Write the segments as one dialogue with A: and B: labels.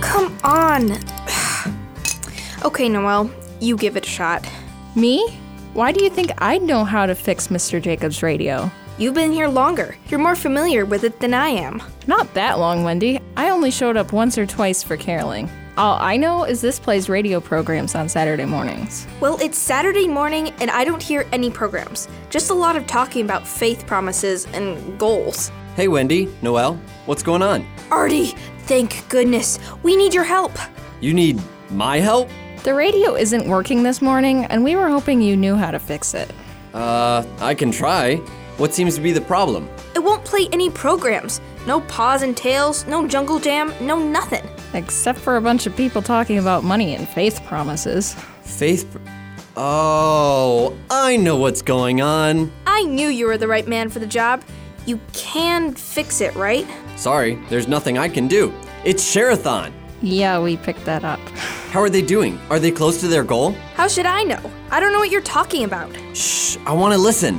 A: Come on. okay, Noel, you give it a shot.
B: Me? Why do you think I know how to fix Mr. Jacobs' radio?
A: You've been here longer. You're more familiar with it than I am.
B: Not that long, Wendy. I only showed up once or twice for caroling. All I know is this plays radio programs on Saturday mornings.
A: Well, it's Saturday morning and I don't hear any programs. Just a lot of talking about faith promises and goals.
C: Hey, Wendy, Noel, what's going on?
A: Artie, thank goodness. We need your help.
C: You need my help?
B: The radio isn't working this morning, and we were hoping you knew how to fix it.
C: Uh, I can try. What seems to be the problem?
A: It won't play any programs. No paws and tails, no jungle jam, no nothing.
B: Except for a bunch of people talking about money and faith promises.
C: Faith. Pr- oh, I know what's going on.
A: I knew you were the right man for the job. You can fix it, right?
C: Sorry, there's nothing I can do. It's Sherathon.
B: Yeah, we picked that up.
C: How are they doing? Are they close to their goal?
A: How should I know? I don't know what you're talking about.
C: Shh, I want to listen.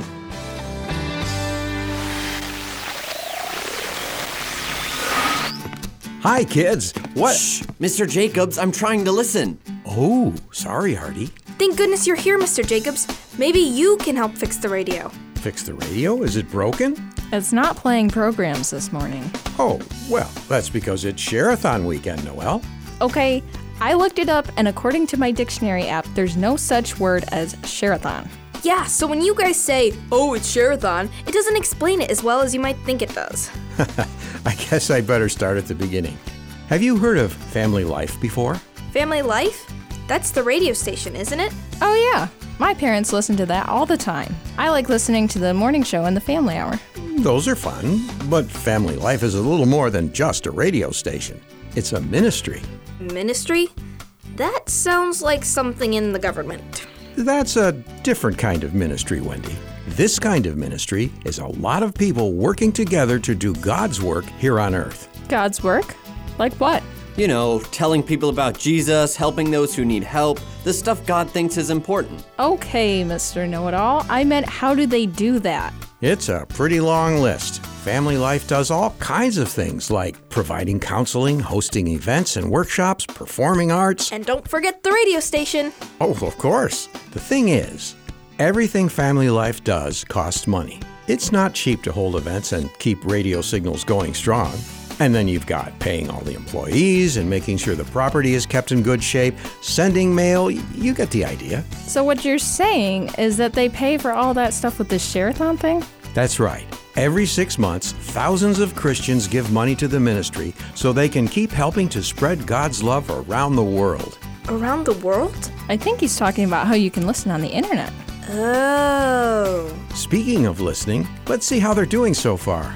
D: Hi, kids. What?
C: Shh, Mr. Jacobs, I'm trying to listen.
D: Oh, sorry, Artie.
A: Thank goodness you're here, Mr. Jacobs. Maybe you can help fix the radio.
D: Fix the radio? Is it broken?
B: It's not playing programs this morning.
D: Oh, well, that's because it's Sherathon weekend, Noel.
B: Okay, I looked it up, and according to my dictionary app, there's no such word as sherathon.
A: Yeah, so when you guys say, oh, it's Sherathon, it doesn't explain it as well as you might think it does.
D: I guess I better start at the beginning. Have you heard of Family Life before?
A: Family Life? That's the radio station, isn't it?
B: Oh, yeah. My parents listen to that all the time. I like listening to the morning show and the family hour.
D: Those are fun, but Family Life is a little more than just a radio station. It's a ministry.
A: Ministry? That sounds like something in the government.
D: That's a different kind of ministry, Wendy. This kind of ministry is a lot of people working together to do God's work here on earth.
B: God's work? Like what?
C: You know, telling people about Jesus, helping those who need help, the stuff God thinks is important.
B: Okay, Mr. Know It All. I meant, how do they do that?
D: It's a pretty long list. Family Life does all kinds of things like providing counseling, hosting events and workshops, performing arts.
A: And don't forget the radio station.
D: Oh, of course. The thing is, everything Family Life does costs money. It's not cheap to hold events and keep radio signals going strong. And then you've got paying all the employees and making sure the property is kept in good shape, sending mail. You get the idea.
B: So, what you're saying is that they pay for all that stuff with this Sherathon thing?
D: That's right. Every six months, thousands of Christians give money to the ministry so they can keep helping to spread God's love around the world.
A: Around the world?
B: I think he's talking about how you can listen on the internet.
A: Oh.
D: Speaking of listening, let's see how they're doing so far.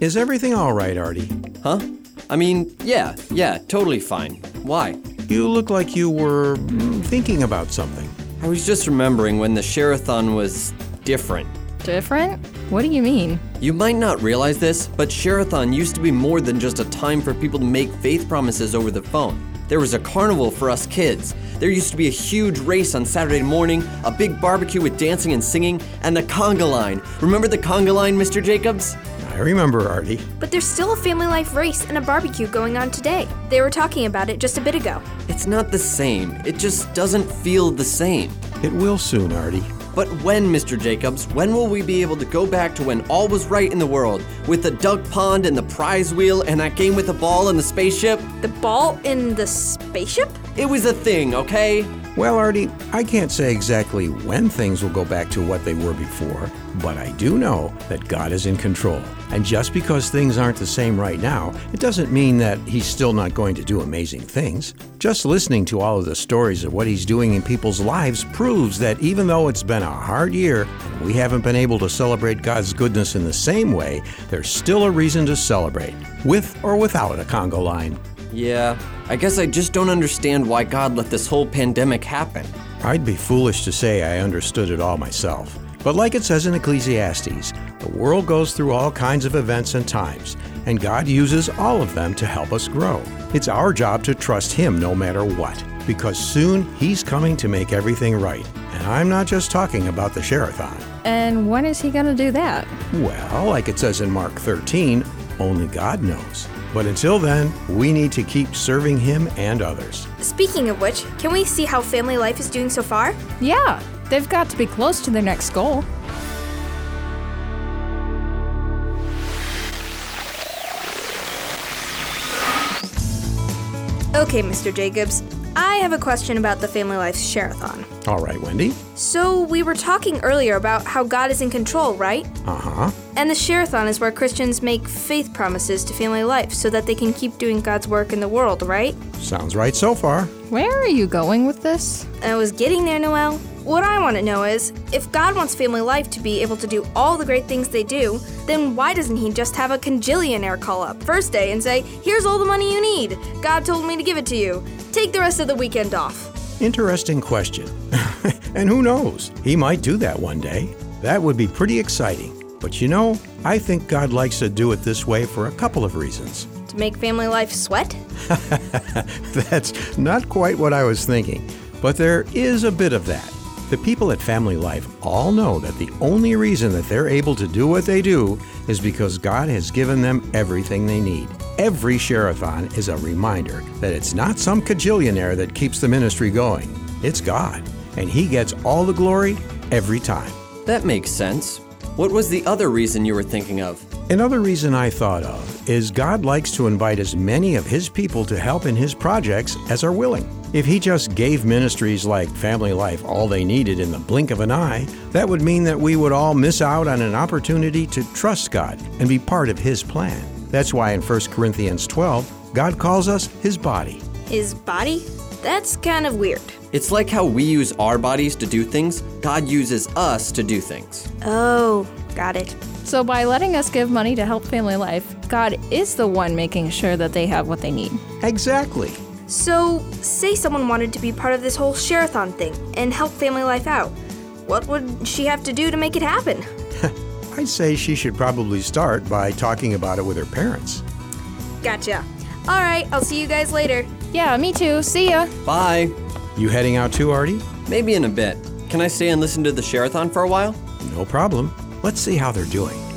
D: Is everything all right, Artie?
C: Huh? I mean, yeah, yeah, totally fine. Why?
D: You look like you were mm, thinking about something.
C: I was just remembering when the Sherathon was different.
B: Different? What do you mean?
C: You might not realize this, but Sherathon used to be more than just a time for people to make faith promises over the phone. There was a carnival for us kids. There used to be a huge race on Saturday morning, a big barbecue with dancing and singing, and the conga line. Remember the conga line, Mr. Jacobs?
D: I remember, Artie.
A: But there's still a family life race and a barbecue going on today. They were talking about it just a bit ago.
C: It's not the same. It just doesn't feel the same.
D: It will soon, Artie.
C: But when, Mr. Jacobs, when will we be able to go back to when all was right in the world, with the duck pond and the prize wheel and that game with the ball and the spaceship?
A: The ball in the spaceship?
C: It was a thing, okay?
D: Well, Artie, I can't say exactly when things will go back to what they were before, but I do know that God is in control. And just because things aren't the same right now, it doesn't mean that He's still not going to do amazing things. Just listening to all of the stories of what He's doing in people's lives proves that even though it's been a hard year and we haven't been able to celebrate God's goodness in the same way, there's still a reason to celebrate, with or without a Congo line.
C: Yeah, I guess I just don't understand why God let this whole pandemic happen.
D: I'd be foolish to say I understood it all myself. But like it says in Ecclesiastes, the world goes through all kinds of events and times, and God uses all of them to help us grow. It's our job to trust Him no matter what. because soon he's coming to make everything right. And I'm not just talking about the Sherathon.
B: And when is he going to do that?
D: Well, like it says in Mark 13, only God knows. But until then, we need to keep serving him and others.
A: Speaking of which, can we see how family life is doing so far?
B: Yeah, they've got to be close to their next goal.
A: Okay, Mr. Jacobs, I have a question about the Family Life Share-a-thon.
D: All right, Wendy?
A: So, we were talking earlier about how God is in control, right?
D: Uh huh.
A: And the Share-a-thon is where Christians make faith promises to family life so that they can keep doing God's work in the world, right?
D: Sounds right so far.
B: Where are you going with this?
A: I was getting there, Noel. What I want to know is if God wants family life to be able to do all the great things they do, then why doesn't He just have a congillionaire call up first day and say, Here's all the money you need. God told me to give it to you. Take the rest of the weekend off.
D: Interesting question. and who knows? He might do that one day. That would be pretty exciting. But you know, I think God likes to do it this way for a couple of reasons.
A: To make family life sweat?
D: That's not quite what I was thinking, but there is a bit of that. The people at Family Life all know that the only reason that they're able to do what they do is because God has given them everything they need. Every Sherathon is a reminder that it's not some cajillionaire that keeps the ministry going. It's God, and He gets all the glory every time.
C: That makes sense. What was the other reason you were thinking of?
D: Another reason I thought of is God likes to invite as many of His people to help in His projects as are willing. If He just gave ministries like Family Life all they needed in the blink of an eye, that would mean that we would all miss out on an opportunity to trust God and be part of His plan. That's why in 1 Corinthians 12, God calls us His body.
A: His body? That's kind of weird.
C: It's like how we use our bodies to do things, God uses us to do things.
A: Oh, got it.
B: So, by letting us give money to help family life, God is the one making sure that they have what they need.
D: Exactly.
A: So, say someone wanted to be part of this whole Share-a-thon thing and help family life out. What would she have to do to make it happen?
D: I'd say she should probably start by talking about it with her parents.
A: Gotcha. All right, I'll see you guys later.
B: Yeah, me too. See ya.
C: Bye.
D: You heading out too, Artie?
C: Maybe in a bit. Can I stay and listen to the Sherathon for a while?
D: No problem. Let's see how they're doing.